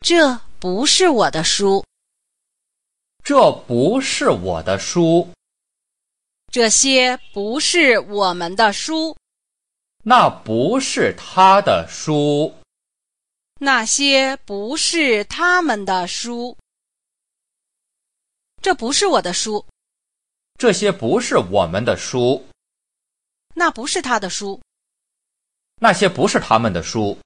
这不是我的书。这不是我的书，这些不是我们的书。那不是他的书，那些不是他们的书。这不是我的书，这些不是我们的书，那不是他的书。那些不是他们的书。